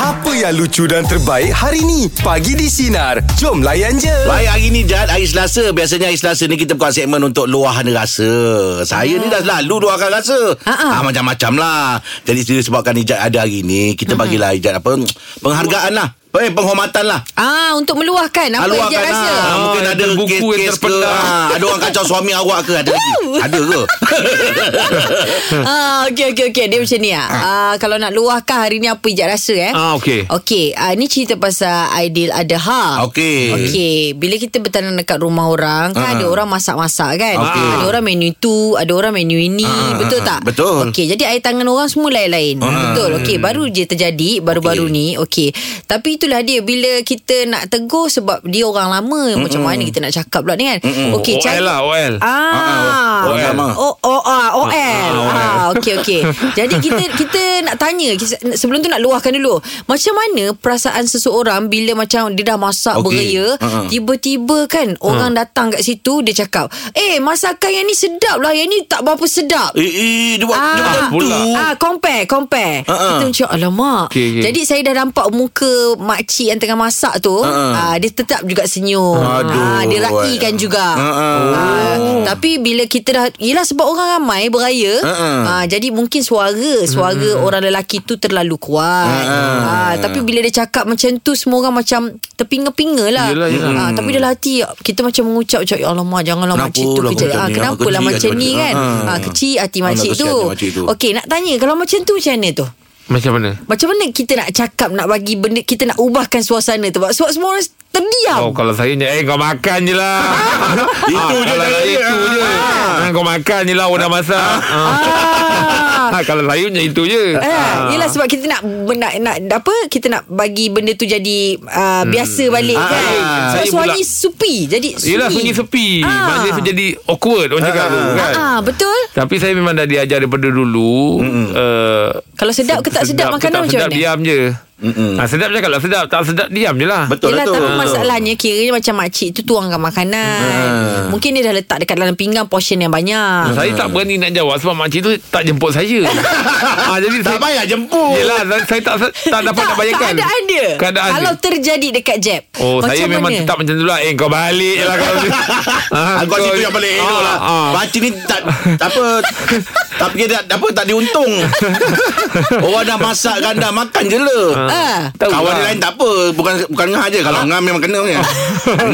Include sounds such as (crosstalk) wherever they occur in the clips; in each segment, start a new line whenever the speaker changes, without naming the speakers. Apa yang lucu dan terbaik hari ni? Pagi di Sinar. Jom layan je.
Baik hari ni Jad Hari Selasa Biasanya hari Selasa ni Kita buka segmen untuk Luahan rasa Saya ni
Oh.
dah selalu Luahkan rasa
Ah, ah.
ah, Macam-macam lah Jadi sini sebabkan Ijad ada hari ni Kita bagilah Ijad apa Penghargaan lah Eh, penghormatan lah
Ah untuk meluahkan apa yang
Aluahkan
dia rasa.
ah,
Ah,
Mungkin
yang
ada
terbuku, yang
kes-kes ke
terpedang.
ah, Ada orang kacau suami awak ke Ada lagi Ada
(laughs)
ke
Ah okey okey okey dia macam ni ah. ah kalau nak luahkan hari ni apa ijak rasa eh?
Ah, okey.
Okey, ah, ni cerita pasal Aidil Adha.
Ah, Okey.
Okey, bila kita bertanam dekat rumah orang
Ah.
kan ada orang masak-masak kan.
Okey.
Ada orang menu tu, ada orang menu ini,
Ah,
betul
ah,
tak?
betul.
Okey, jadi air tangan orang semua lain-lain. Betul. Okey, baru je terjadi baru-baru ni. Okey. Tapi itulah dia bila kita nak tegur sebab dia orang lama macam mana kita nak cakap pula ni kan. Okey,
OL lah, OL.
Ah,
Ah, ah, OL.
O O ah, OL.
OL.
Ah, okey okey. Jadi kita kita nak tanya kis- sebelum tu nak luahkan dulu. Macam mana perasaan seseorang bila macam dia dah masak
Okey.
okay. beraya,
Ha-ha.
tiba-tiba kan orang datang kat situ dia cakap, "Eh, masakan yang ni sedap lah, yang ni tak berapa sedap."
Eh, eh dia buat, dia buat macam tu
pula.
(laughs)
Ah, compare, compare.
Ha, ha.
Kita macam alamak.
Okey, okey.
Jadi saya dah nampak muka makcik yang tengah masak tu,
Ha,
ah, dia tetap juga senyum.
Aduh.
Ah, dia rakikan juga.
Ha, ha.
Ah, tapi bila kita dah Yelah sebab orang ramai beraya
Ha, ha.
ah, Jadi mungkin suara Suara orang lelaki tu terlalu kuat ah, Tapi bila dia cakap macam tu Semua orang macam Terpinga-pinga lah
Yelah, yelah.
Ah, Tapi dalam hati Kita macam mengucap macam Ya Allah mak janganlah
Kenapa
makcik tu
lah
kejap
macam
ah,
ni?
Kenapa lah
Kecil
macam
hati
ni
makcik.
kan
Ha.
ah, Kecil hati
Allah
makcik tu
kesian dia makcik tu.
Okey nak tanya Kalau macam tu macam mana tu?
Macam mana?
Macam mana kita nak cakap Nak bagi benda Kita nak ubahkan suasana tu Sebab sebab semua orang terdiam
Oh kalau saya ni Eh kau makan je lah
Itu
Ah,
je
Kalau
cara
saya
dia.
itu je Ah, Kau makan je lah Orang dah masak
Ah.
Ah, Kalau saya macam itu je
Eh,
Ah.
yelah sebab kita nak nak, nak apa kita nak bagi benda tu jadi uh, biasa balik
Ah,
kan.
saya-
Sebab
saya
suaranya
pula-
supi. Jadi sunyi.
Yelah sunyi sepi
Ah.
Maksudnya saya jadi awkward Orang cakap tu kan
Ah, betul.
Tapi saya memang dah diajar daripada dulu uh,
Kalau sedap ke tak sedap, makanan
tak
macam
sedap,
mana?
Diam je
Mm-mm.
ha, Sedap je kalau sedap Tak sedap diam je lah
Betul lah
Yelah
tu
tapi masalahnya Kiranya macam makcik tu Tuangkan makanan
Ah.
Mungkin dia dah letak Dekat dalam pinggan Portion yang banyak
Saya tak berani nak jawab Sebab makcik tu tak jemput
(laughs)
saya ha, Jadi
Tak
saya,
payah jemput
Yelah saya, saya tak, tak dapat nak bayangkan
Keadaan dia
Keadaan
Kalau
dia
terjadi dekat jeb
Oh saya memang tetap macam tu lah Eh kau balik je lah kalau
(laughs)
(laughs) ha,
Ah, kau situ yang paling elok lah.
ah.
Pakcik ni tak tak apa tak fikir tak, apa tak
(laughs)
diuntung. Orang dah masak kan dah makan je lah.
Ah.
Tahu
Kawan
lah. Ah.
dia lain tak apa Bukan bukan ngah je Kalau ngah memang kena
(laughs)
punya.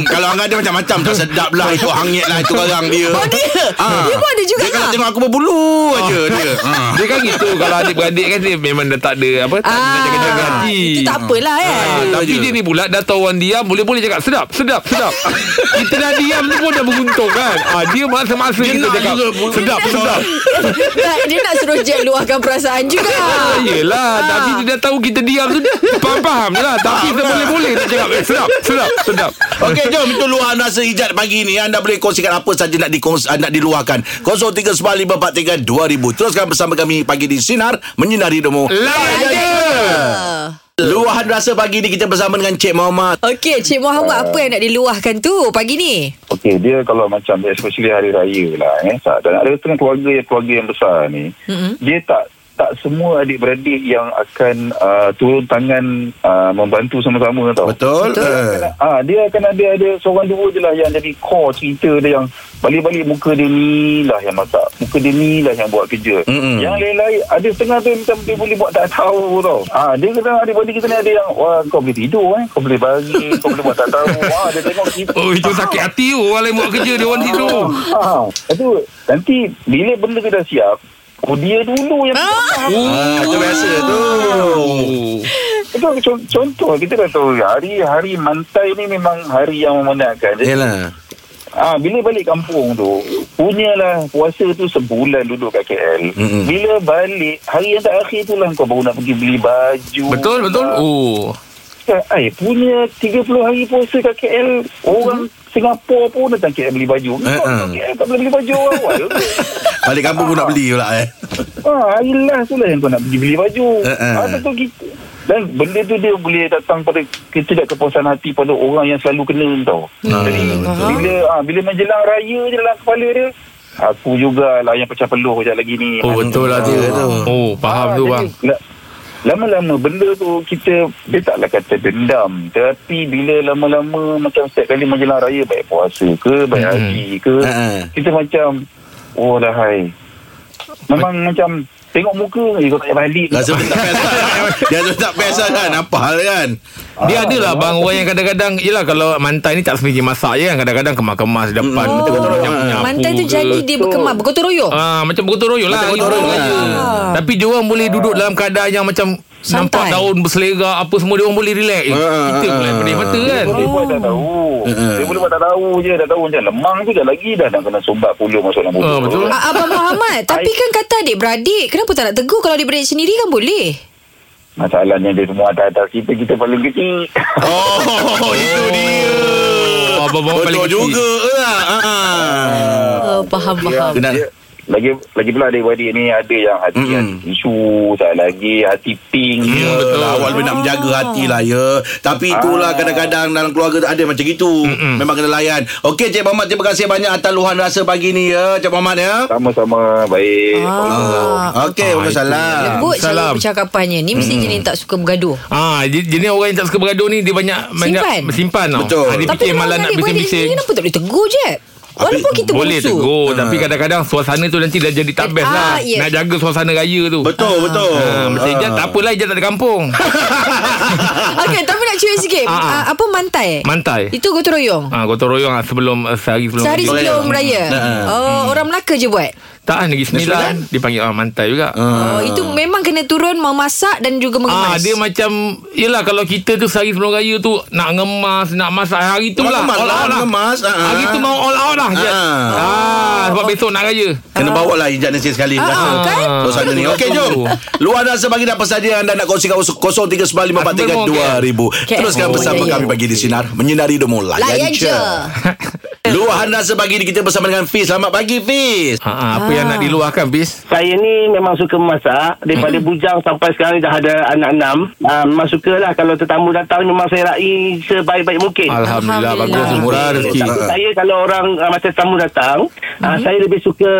Kalau ngah dia macam-macam Tak sedap lah Itu hangit lah Itu garang dia
Oh dia
Ah.
Dia pun ada juga
Dia kalau
lah.
tengok aku berbulu aja dia Ah.
Dia kan gitu Kalau adik-beradik kan Dia memang dah tak ada Apa Tak ada nak jaga-jaga hati
Ah, Itu tak apalah kan
Ah, tapi
je.
dia ni pula Dah tahu orang diam Boleh-boleh cakap Sedap Sedap Sedap Kita dah diam tu pun Dah beruntung kan ah, Dia masa-masa
Dia
kita
nak
cakap
juga pun.
Sedap
Dia nak.
Sedap
(laughs) Tak, dia nak suruh Jack luahkan perasaan juga.
Ah, Yelah
Ah.
Tapi dia dah tahu Kita diam tu dia Faham-faham je lah Tapi kita boleh-boleh Nak cakap eh, Sedap Sedap Sedap
Okey jom itu luahan rasa hijat pagi ni anda boleh kongsikan apa saja nak dikons ah, nak diluahkan 0395432000 teruskan bersama kami pagi di sinar menyinari demo
Ah, ya,
Layan je
luahan rasa pagi ni kita bersama dengan Cik Muhammad
Okey, Cik
Ah.
Muhammad apa yang nak diluahkan tu pagi ni?
Okey, dia kalau macam especially hari raya lah eh. tak- Dan ada setengah keluarga yang keluarga yang besar ni, mm-hmm. dia tak tak semua adik-beradik yang akan uh, turun tangan uh, membantu sama-sama tau.
betul, betul.
Ah, dia akan ada ada seorang dua je lah yang jadi core cerita dia yang balik-balik muka dia ni lah yang masak. Muka dia ni lah yang buat kerja.
Mm-mm.
Yang lain-lain ada setengah tu yang macam dia boleh buat tak tahu tau. Ah, dia kena adik-beradik kita ni ada yang wah kau boleh tidur eh, kau boleh bagi, kau boleh buat tak tahu. Wah, dia tengok kita.
(laughs) Oh itu sakit hati tu Orang lain buat kerja Dia orang tidur
Ha, aduh, nanti bila benda tu dah siap, oh dia dulu yang ah.
Ah, tu biasa tu
Oh.
Itu con- contoh kita dah tahu hari-hari mantai ni memang hari yang memenangkan. Jadi,
Yalah
ah bila balik kampung tu, punyalah puasa tu sebulan duduk kat KL.
Mm-mm.
Bila balik, hari yang terakhir tu lah kau baru nak pergi beli baju.
Betul betul
Ah.
Lah.
Oh
Ay, punya 30 hari puasa kat KL Orang Singapura pun datang KL beli baju Kau
Eh,
uh
eh.
KL tak boleh beli baju awal
balik kampung pun nak beli pula eh
Ah, hari last tu lah yang kau nak pergi beli baju.
Eh,
Uh-uh.
Uh-uh. Ada tu kita. Dan benda tu dia boleh datang pada ketidak kepuasan hati pada orang yang selalu kena tau.
Ah,
Jadi
betul.
bila ah, bila menjelang raya je dalam kepala dia, aku jugalah yang pecah peluh kejap lagi ni.
Oh betul lah tu
betul.
Oh faham tu
jadi
bang
nak- lama-lama benda tu kita dia taklah kata dendam tapi bila lama-lama macam setiap kali menjelang raya baik puasa ke baik hmm. haji ke
Ha.
kita macam oh dah hai memang macam tengok muka je kau tak payah balik
Rasa macam tak (laughs) best kan? Dia rasa tak best kan Apa hal kan
Dia ada lah bang orang yang kadang-kadang Yelah kalau mantai ni tak sepikir masak je kan Kadang-kadang kemas-kemas depan
Oh,
macam-macam
Mantan tu
nyapu ke.
jadi dia berkemar Berkotor royong
Ah, macam bergotong royong lah.
Macam bergotong
hari
royong
raya.
lah.
Tapi dia orang boleh duduk dalam keadaan yang macam
Ah. Santai.
nampak daun berselera apa semua dia orang boleh relax. Eh,
Ah,
kita
ah,
pula yang pedih mata kan.
Dia boleh buat tak tahu
Mm-mm.
Dia boleh buat tak tahu je Dah tahu macam lemang tu dah lagi Dah nak kena sumbat puluh masuk dalam mulut
Ah, betul.
Ah, Abang Muhammad Tapi kan kata adik-beradik Kenapa tak nak tegur Kalau adik-beradik sendiri kan boleh
Masalahnya dia semua atas-atas kita Kita paling kecil (laughs)
Oh Itu dia
Oh, abang-abang paling
Betul
kecil.
juga lah Ah, ah. ya,
oh, Faham faham
Kena
Dia- lagi lagi pula adik-beradik ni ada yang hati
Mm-mm.
hati isu tak lagi hati pink
Ya,
je.
betul. Awal bila nak menjaga
Ah.
hati lah ya. Tapi itulah kadang-kadang dalam keluarga tu ada macam itu. Mm-mm. Memang kena layan. Okey Cik Muhammad terima kasih banyak atas luahan rasa pagi ni ya Cik Muhammad ya.
sama-sama baik
Ah.
Okey, waalaikumsalam.
Lembut selalu
Salam.
percakapannya Ni mesti jenis tak suka bergaduh
Ah, je- jenis orang yang tak suka bergaduh ni dia banyak banyak simpan tau.
Betul.
Ah, dia
Tapi
fikir
kalau
malah nak
adik-beradik sendiri
bising-bising.
Kenapa tak boleh tegur je Walaupun kita
Boleh
bermusuh
tegur Tapi kadang-kadang Suasana tu nanti dah jadi tak best
Ah,
lah
yes.
Nak jaga suasana raya tu
Betul, betul.
Ah, Macam Ijaz tak apalah Ijaz tak ada kampung
Ha.
Okay tapi nak cuit sikit
Ah, ah.
Ah, Apa mantai
Mantai
Itu gotong royong
Ah, gotong royong lah sebelum uh, sehari sebelum
Sehari
raya.
sebelum raya
Ah.
Oh
Hmm.
orang Melaka je buat
Tak kan negeri sembilan Dipanggil ah, mantai juga
Ha.
Oh itu memang kena turun Memasak dan juga
Ah,
mengemas
dia macam Yelah kalau kita tu Sehari sebelum raya tu Nak ngemas Nak masak Hari tu lah
Mengemas
All
lah,
out lah
mengemas, ah, ah.
Hari tu mau all out lah Ijaz.
Ah.
ah, Sebab besok nak raya
Kena bawa lah hijab nasi sekali
Ah,
rasa.
kan?
Suasana ni. Okey, jom. Luar rasa bagi dapat saja anda nak kongsikan 0395432000.
KL.
Teruskan bersama
Oh, ya, ya.
kami pagi di Sinar. Menyinari Demo Layan
Layan je
je. Luahan rasa pagi ni kita bersama dengan Fiz. Selamat pagi, Fiz.
ah, ah, Apa yang nak diluahkan Bis
Saya ni memang suka memasak Daripada
Mm-hmm.
bujang sampai sekarang ni dah ada anak enam uh, Memang suka lah Kalau tetamu datang memang saya rai sebaik-baik mungkin
Alhamdulillah,
Alhamdulillah.
Bagus murah rezeki
Tapi saya kalau orang uh, macam tetamu datang uh, Saya lebih suka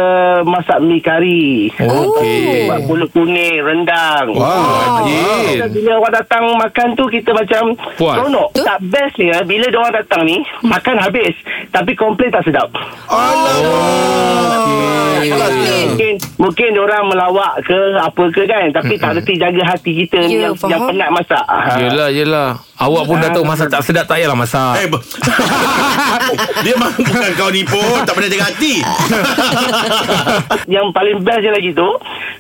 masak mi kari
Mm-hmm. Okey
Oh.
Buat pulut kuning, rendang
Wah,
Dan
Jin.
bila orang datang makan tu kita macam
Puas.
seronok.
Tu?
Tak best ni eh, bila dia orang datang ni makan habis tapi komplain tak sedap.
Oh, Ah,
Mungkin
okey.
mungkin mungkin dia orang melawak ke apa ke kan tapi tak reti jaga hati kita ni
Ya,
yang,
faham.
yang penat masak. Ha.
Yelah, yelah. Awak pun dah tahu masak tak sedap, tak payahlah masak.
Eh, ber- (laughs) dia memang bukan kau ni pun tak pernah jaga hati.
(laughs) Yang paling best je lagi tu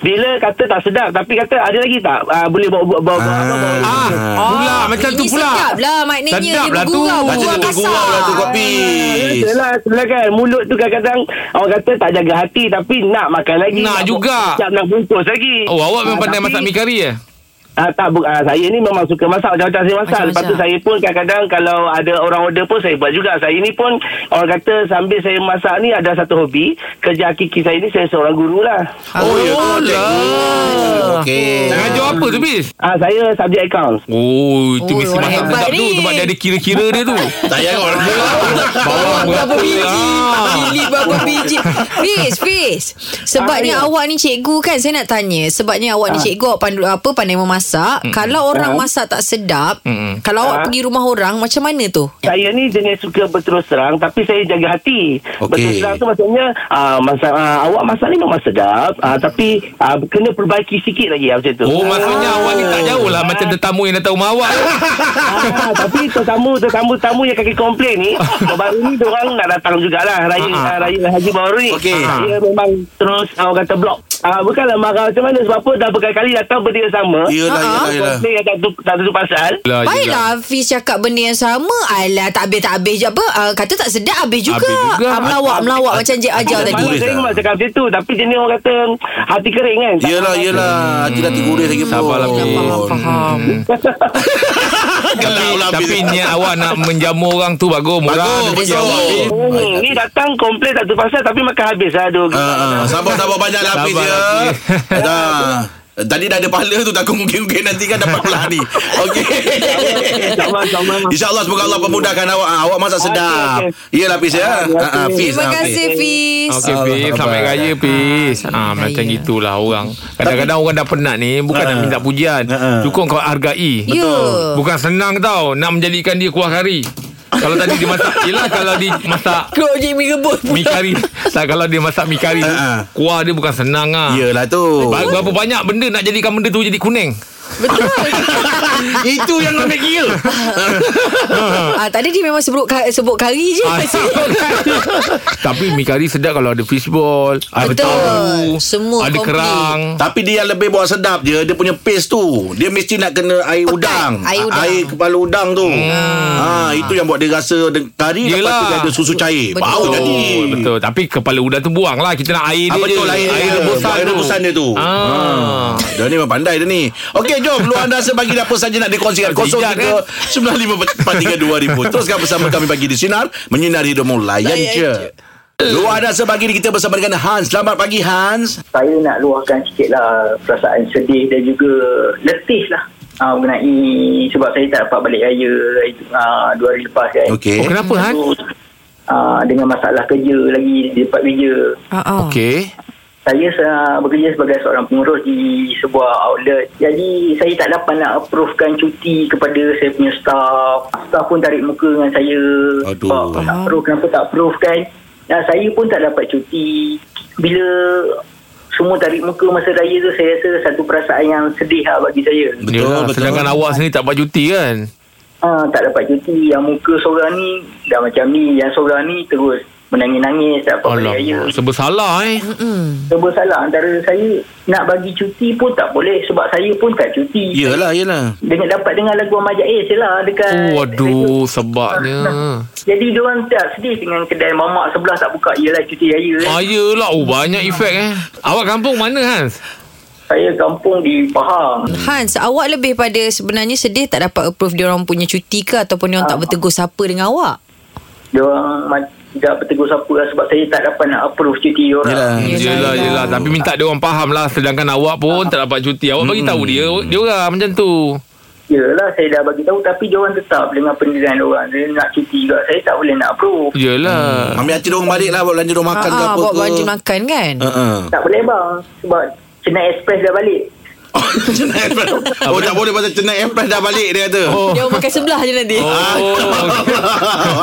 bila kata tak sedap tapi kata ada lagi tak uh, boleh bawa bawa bawa, bawa, bawa, bawa.
Ah, pula macam
ini
tu pula.
sedap lah maknanya
Sedap
dia
lah tu.
bergurau
Macam
Macam
tu
Gurau kasar
gurau lah tu kopi.
Yelah, yelah kan Mulut tu kadang-kadang Orang kata tak jaga hati Tapi nak makan lagi
Nak
bu-
juga.
Siap nak bungkus lagi
Oh, awak memang
Ah,
pandai
tapi-
masak mi kari eh?
Ah, tak, bu- ah, saya ni memang suka masak Macam-macam saya masak
Macam-macam.
Lepas tu saya pun kadang-kadang Kalau ada orang order pun Saya buat juga Saya ni pun Orang kata sambil saya masak ni Ada satu hobi Kerja hakiki saya ni Saya seorang guru lah
Oh, ya tu
lah. Okey.
Nak ajar apa tu, Bis?
ah, Saya subjek account
Oh, itu
Oh,
mesti
orang
masak
hebat
sedap tu
ni.
sebab dia ada kira-kira dia (laughs) tu.
Tak payah orang.
Berapa
Bawang berapa
biji
Ah.
Pilih berapa biji Fiz Fiz Sebabnya
Ah, ya.
awak ni cikgu kan Saya nak tanya Sebabnya awak ni cikgu awak pandu, apa, Pandai memasak Kalau orang masak tak sedap
Mm-mm.
Kalau awak pergi rumah orang Macam mana tu
Saya ni jenis suka berterus terang Tapi saya jaga hati
Okey.
Berterus terang tu maksudnya ah, masa, ah, Awak masak ni memang sedap ah, Tapi ah, Kena perbaiki sikit lagi ah, Macam tu
Oh, maksudnya awak ni tak jauh lah macam tetamu yang datang rumah
(laughs)
awak.
ah, tapi tetamu tetamu tamu yang kaki komplain ni baru ni orang nak datang jugalah raya
Ah, ah.
uh raya haji baru ni. Ah,
Okey.
Dia memang terus orang kata blok. Ah bukanlah marah macam mana sebab apa dah berkali-kali datang benda yang sama.
Ya,
Ah,
Yelah, yelah, yelah.
Komplain yang tak tu tak tentu pasal.
Yelah, yelah.
Baiklah Fiz cakap benda yang sama Alah tak habis tak habis je apa uh, Kata tak sedap habis juga,
Habis juga.
Ah, Melawak melawak macam Cik Ajar
Habis
tadi
juga.
Malah
lah.
saya
dah.
memang cakap macam tu Tapi jenis orang kata Hati kering kan
Ya,
Tak
Yelah,
faham.
yelah. Hati dah terguris lagi pun.
Sabarlah, Fiz.
Faham faham
(laughs) Gelap lah,
Tapi
Fiz.
niat awak nak menjamu orang tu bagus. Murah
Bagus,
rezeki
betul.
awak, Fiz.
Hmm, ni datang komplain tak tu pasal Tapi makan habis lah, Aduh
Ah,
uh,
sabar-sabar banyak lapis
Sabar
ya.
lapis.
(laughs) Dah. Tadi dah ada pahala tu Takut mungkin-mungkin nanti kan dapat pula ni Okey
InsyaAllah,
(laughs)
insyaAllah.
InsyaAllah semoga Allah pemudahkan awak Ah, Awak masak
Okey,
sedap
okey.
Ya lah Fiz ya
Terima
Ah, ah,
kasih.
Fiz,
Terima
ah, Fiz.
kasih Fiz
Okey
Allah
Fiz Sampai
Akbar.
raya Fiz
Ah,
ha,
sampai
Macam
raya.
itulah orang Kadang-kadang orang dah penat ni Bukan
Ah.
nak minta pujian Cukup kau hargai
Ya. Betul.
Bukan senang tau Nak menjadikan dia kuah kari Kalau tadi dia
(laughs)
masak Yelah kalau dia masak
Kau je mi rebus pula
Mi kari tak, Kalau dia masak mi kari
Ah, Ya. ah.
Kuah dia bukan senang lah
Yelah tu
Ba-
(laughs)
Berapa banyak benda Nak jadikan benda tu jadi kuning
Betul
Itu yang ambil kira
ah, Tadi dia memang sebut, ka- sebut kari je
Ah, Tapi mi kari sedap Kalau ada fishball Ada
Betul.
tahu
Semua
Ada
komplit.
kerang
Tapi dia yang lebih buat sedap je Dia punya paste tu Dia mesti nak kena air
Pekat,
udang
air
A-
udang. Hmm.
Air kepala udang tu ha, Itu yang buat dia rasa de- Kari Yelah. lepas tu
Yelah.
dia ada susu cair
Betul.
Bau jadi
Betul, betul. Tapi kepala udang tu buang lah. Kita nak
Ah,
air dia
betul
je.
air,
air
dia.
rebusan
Air
tu.
rebusan dia tu
Ah.
Ah. Dia ni memang pandai dia ni Okey jom Luar anda sebagi apa saja nak dikongsikan Kosong
Ijat,
tiga Sembilan lima empat tiga dua ribu Teruskan bersama kami pagi di Sinar Menyinari hidupmu layan je Luar anda sebagi kita bersama dengan Hans Selamat pagi Hans
saya nak luahkan sikit lah perasaan sedih dan juga letih lah uh, mengenai sebab saya tak dapat balik raya uh, dua hari lepas kan
Okey
Oh, kenapa Han?
uh, dengan masalah kerja lagi di tempat kerja
(laughs) Ah, ah.
Okey.
saya uh, bekerja sebagai seorang pengurus di sebuah outlet jadi saya tak dapat nak approvekan cuti kepada saya punya staff staff pun tarik muka dengan saya
Aduh.
Sebab tak approve kenapa tak approve kan dan saya pun tak dapat cuti bila semua tarik muka masa raya tu saya rasa satu perasaan yang sedih lah bagi saya
Betul,
Yelah,
betul.
Sedangkan awak sendiri tak buat cuti kan?
ha, tak dapat cuti yang muka seorang ni dah macam ni yang seorang ni terus menangis-nangis tak dapat balik raya
Alamak. Sebesalah eh.
serba salah antara saya nak bagi cuti pun tak boleh sebab saya pun tak cuti
Yelah yelah
dengan dapat dengar lagu Ahmad Jais je lah dekat
Oh, aduh. Sebabnya.
jadi diorang tak sedih dengan kedai mamak sebelah tak buka ialah cuti raya eh.
Ah, yelah. Oh, banyak efek eh. Awak kampung mana Hans?
saya kampung di Pahang
Hans, awak lebih pada sebenarnya sedih tak dapat approve dia orang punya cuti ke ataupun dia orang tak bertegur sapa dengan awak?
diorang ma- tak bertegur siapa lah sebab saya tak dapat nak approve cuti diorang
Hmm, Yelah.
Yelah,
Yelah, yelah.
yelah.
Tapi minta dia orang faham lah. Sedangkan awak pun tak dapat cuti. Awak bagi tahu dia, dia orang macam tu.
Yelah saya dah bagi tahu tapi diorang tetap dengan pendirian diorang dia nak cuti juga saya tak boleh nak approve
Yelah.
Ambil hati dorong balik lah Bawa belanja dorong makan ke
Ah, ah,
apa
bawa
ke
baju makan kan?
(laughs) Uh-uh.
tak boleh bang sebab Chennai Express dah balik
Oh, Chennai Empress. Oh, tak boleh pasal Chennai Empress dah balik dia kata. Oh.
Dia orang makan sebelah je nanti.
Ah. Oh,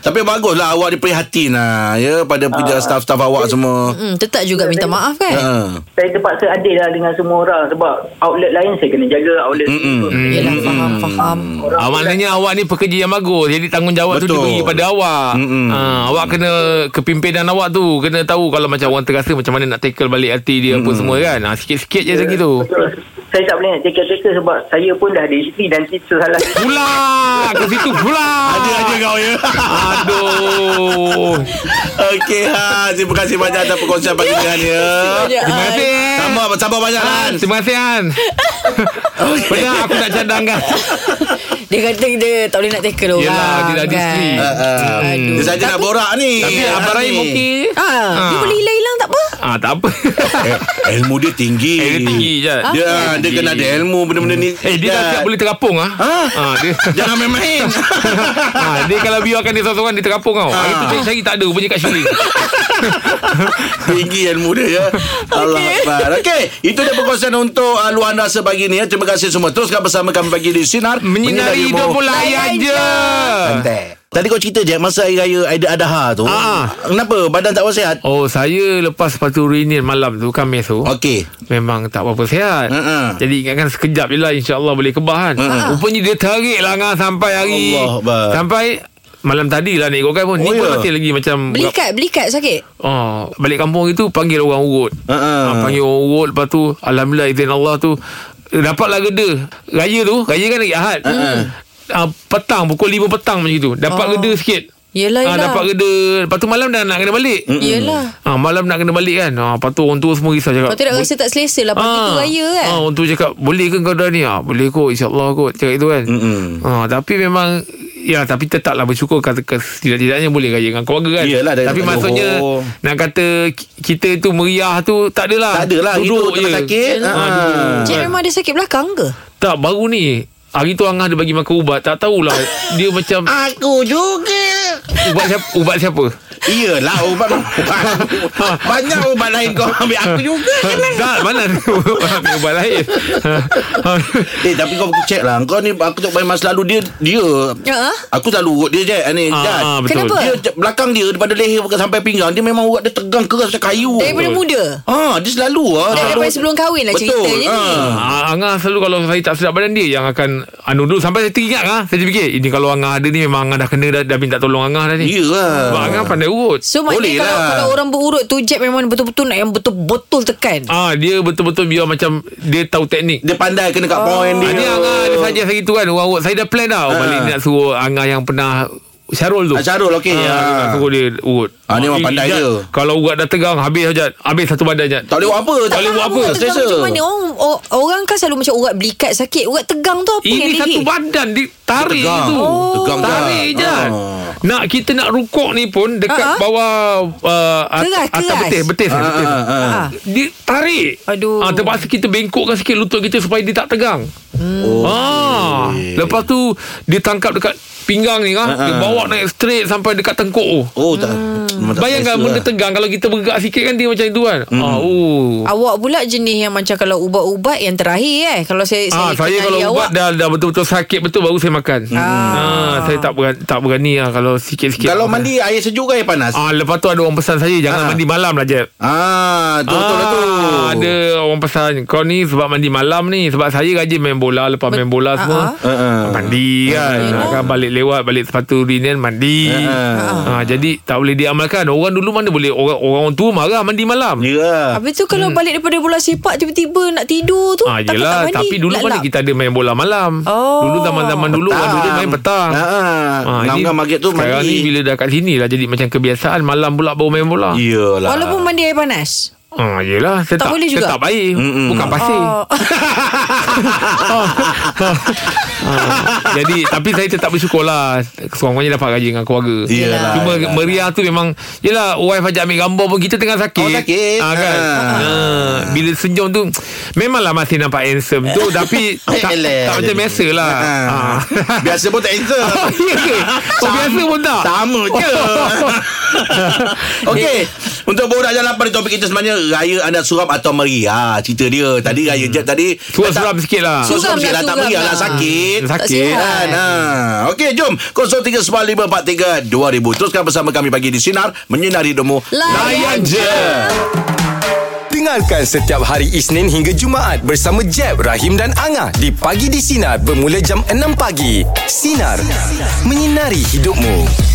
Tapi baguslah awak diprihatin lah ya pada
Ah.
uh. staff-staff awak semua.
Hmm, tetap juga minta maaf kan?
Eh.
Ha.
saya terpaksa adil lah dengan semua orang sebab outlet lain saya kena jaga outlet
Mm-mm.
tu.
Yelah,
Hmm.
faham, faham.
Ah, maknanya awak ni pekerja yang bagus Jadi tanggungjawab Betul. tu
Betul.
diberi pada awak
Mm-mm.
ah, Awak kena Kepimpinan awak tu Kena tahu kalau macam orang terasa Macam mana nak tackle balik hati dia Apa semua kan ah, Sikit-sikit je lagi tu
Betul. Saya tak boleh nak teka-teka sebab saya pun dah ada isteri dan itu salah.
Pula Ke situ pula
Ada aja kau ya.
Aduh
Okey ha, terima kasih banyak atas perkongsian pagi ni Han, ya.
Terima kasih eh.
Sama sama banyak Han.
Han, Terima kasih Han Benar aku nak cadangkan
Dia kata dia tak boleh nak tackle orang. kan?
Yelah, dia dah ada isteri.
Ha, ha.
Aduh.
Dia saja nak borak ni.
Tapi
Han
Eh, Abang Rahim
ni.
okey
Ah, dia
Ah.
boleh hilang-hilang tak apa.
Ah, tak
(laughs)
apa
Eh, ilmu dia tinggi.
Eh, dia tinggi je
Dia ah, dia kena ada ilmu benda-benda ni.
Eh dia dah siap boleh terapung ah. Ha? Ah dia
Jangan
(laughs)
main-main.
ha, dia kalau biarkan dia seorang-seorang dia terapung tau. Hari
Ah.
tu cari-cari tak ada rupanya kat
(laughs)
Shirley.
Tinggi ilmu dia (laughs) ya. Allah Akbar. Okey, itu dia perkongsian untuk uh, luar rasa pagi ni ya. Terima kasih semua. Teruskan bersama kami pagi di Sinar
Menyinari hidup pun layan je.
Santai. Tadi kau cerita je masa hari raya Aidil Adha tu.
Ah.
Kenapa badan tak sihat?
Oh saya lepas sepatu reunion malam tu Khamis tu
Okey.
Memang tak apa-apa sihat
Mm-mm.
Jadi ingatkan sekejap je lah InsyaAllah boleh kebah kan Rupanya dia tarik lah ngah Sampai hari
Allah Ah. Akbar.
Sampai Malam tadi lah naik gokai pun
Oh,
Ni pun
ya?
masih lagi macam
Beli kad, beli kad sakit.
Oh, balik kampung itu panggil orang urut.
Ha-ha.
Ah, panggil orang urut lepas tu alhamdulillah izin Allah tu eh, dapatlah geda. Raya tu, raya kan lagi Ahad. Uh-uh. Ah, petang pukul 5 petang macam tu. Dapat
Oh.
geda sikit.
Yelah,
Ah,
yelah. Ya.
dapat geda. Lepas tu malam dah nak kena balik.
Yelah.
Ah, malam nak kena balik kan. Ah, lepas tu orang tua semua risau cakap.
Lepas tu dah rasa tak selesa lah Pagi tu raya kan
Ah, orang tu cakap boleh ke kau dah ni? Ah, boleh kot insya-Allah kot. Cakap itu kan.
Mm-mm.
Ah, tapi memang ya tapi tetaplah bersyukur kata tidak-tidaknya boleh raya dengan keluarga kan.
Iyalah, dah
tapi
kata
maksudnya
Johor.
nak kata ki- kita tu meriah tu tak adalah.
Tak adalah Itu
Duduk
tengah
je.
sakit ha.
Cik memang ada sakit belakang ke?
Tak baru ni Hari tu Angah dia bagi makan ubat Tak tahulah Dia macam
Aku juga
Ubat siapa Ubat siapa
Iyalah
(laughs)
ubat Banyak ubat lain kau ambil Aku juga lah. kena
Tak mana ada (laughs) ubat, ubat lain
Eh tapi kau check lah Kau ni aku tak main masa lalu Dia Dia
Ya.
Aku selalu urut dia je ni,
Ah,
Jad.
ah, betul.
Kenapa?
Dia je- belakang dia Daripada leher bukan sampai pinggang Dia memang urat dia tegang keras macam kayu
Daripada muda.
Ah, dia selalu ah. dia
Daripada
selalu-
sebelum kahwin lah
Betul,
ceritanya ni.
ah.
Ah, Angah selalu kalau saya tak sedap badan dia Yang akan Anu dulu Sampai saya teringat ah, Saya fikir Ini kalau Angah ada ni Memang Angah dah kena Dah, dah minta tolong Angah dah ni
Ya lah.
Sebab Angah pandai urut
So
Boleh
maknanya kalau,
lah.
kalau orang berurut tu Jeb memang betul-betul nak yang betul-betul tekan.
Ah Dia betul-betul biar macam Dia tahu teknik
Dia pandai kena kat point
Ah,
dia.
Dia Angah ada saja hari tu kan Orang urut Saya dah plan tau Balik nak suruh Angah yang pernah Syarul tu
Ha. Ah, Syarul, okey.
Ah,
Ah.
Nak suruh dia urut
Ah, dia memang
ini,
pandai
Jad,
dia.
Kalau urat dah tegang Habis saja Habis satu badan je
Tak boleh buat apa, tak boleh buat apa.
Tegang
Selesa.
macam mana orang, o- orang kan selalu macam urat belikat sakit Urat tegang tu apa yang
Ini
leher?
satu badan di tarik
Tegang.
tu.
Oh. Tegang dah.
tarik je. kan?
Ah.
Nak kita nak rukuk ni pun dekat
Ah, ah.
bawah uh, at-
Keras,
atas
keras.
betis, betis,
Ah,
betis.
ah, ah.
Ah.
Dia tarik.
Aduh.
Ah, terpaksa kita bengkokkan sikit lutut kita supaya dia tak tegang.
Oh.
Ah, lepas tu dia tangkap dekat pinggang ni ah, dia bawa naik straight sampai dekat tengkuk tu.
Oh tak. memang tak
Bayangkan
selesa
benda
lah. Hmm.
tegang kalau kita bergerak sikit kan dia macam tu kan. Ah, oh.
Awak pula jenis yang macam Kalau ubat-ubat yang terakhir eh Kalau saya
Ah, saya
kenali
kalau
awak,
ubat dah, dah betul-betul sakit betul baru saya makan.
Hmm.
Ah, saya tak berani, tak berani lah kalau sikit-sikit.
Kalau mandi air sejuk ke air panas?
Ah, lepas tu ada orang pesan saya
Ah.
jangan mandi malam lah Jeb.
Ah, tu betul lah tu.
Ada orang pesan kau ni sebab mandi malam ni sebab saya rajin main bola lepas main bola semua.
Ah, ah.
Mandi kan Kan balik lewat Balik sepatu ringan Mandi
Ah.
ha. Jadi tak boleh diamalkan Orang dulu mana boleh Orang orang tua marah Mandi malam
Ya.
Habis tu kalau balik daripada bola sepak Tiba-tiba nak tidur tu
Hmm. Ah,
takut tak
yelah,
mandi,
tapi dulu mana
lap-lap.
kita ada main bola malam.
Oh.
Dulu zaman-zaman dulu kan dulu main petang.
Ah, ah.
jadi
Ngam-ngam market tu
Sekarang
mandi.
ni bila dah kat sini lah jadi macam kebiasaan malam pula baru main bola. Yeah.
Iyalah.
Walaupun mandi air panas
Ah, yelah, tetap,
boleh juga?
tetap air.
Mm-mm.
Bukan pasir.
Oh. (laughs)
Ah, jadi tapi saya tetap bersyukur lah Seorang-orangnya dapat gaji dengan keluarga
Yelah,
Cuma
yelah.
meriah tu memang Yelah wife ajak ambil gambar pun Kita tengah sakit
Oh, sakit.
ah, kan?
Ah.
Ah, Bila senyum tu Memanglah masih nampak handsome
(laughs)
tu Tapi tak,
Eleh.
tak macam biasa lah
Ah. (laughs)
ah.
Biasa pun tak handsome.
(laughs) Oh, ya ke? Oh, biasa pun tak?
Sama
(laughs)
je. Okey. Untuk borak jalan pada topik kita sebenarnya raya anda suram atau meriah. Cerita dia tadi raya Jeb tadi
Suram-suram sikit lah
Suram
Suram sikit
lah,
lah tak
suram
meriah lah
lah.
sakit.
Tak
Kan?
sihat.
Ha. Okey, jom. 0395432000. Teruskan bersama kami pagi di sinar menyinari demo.
Lah,
Lah, ya,
Layan
je.
Dengarkan setiap hari Isnin hingga Jumaat bersama Jeb, Rahim dan Angah di Pagi di Sinar bermula jam 6 pagi. Sinar. Menyinari hidupmu.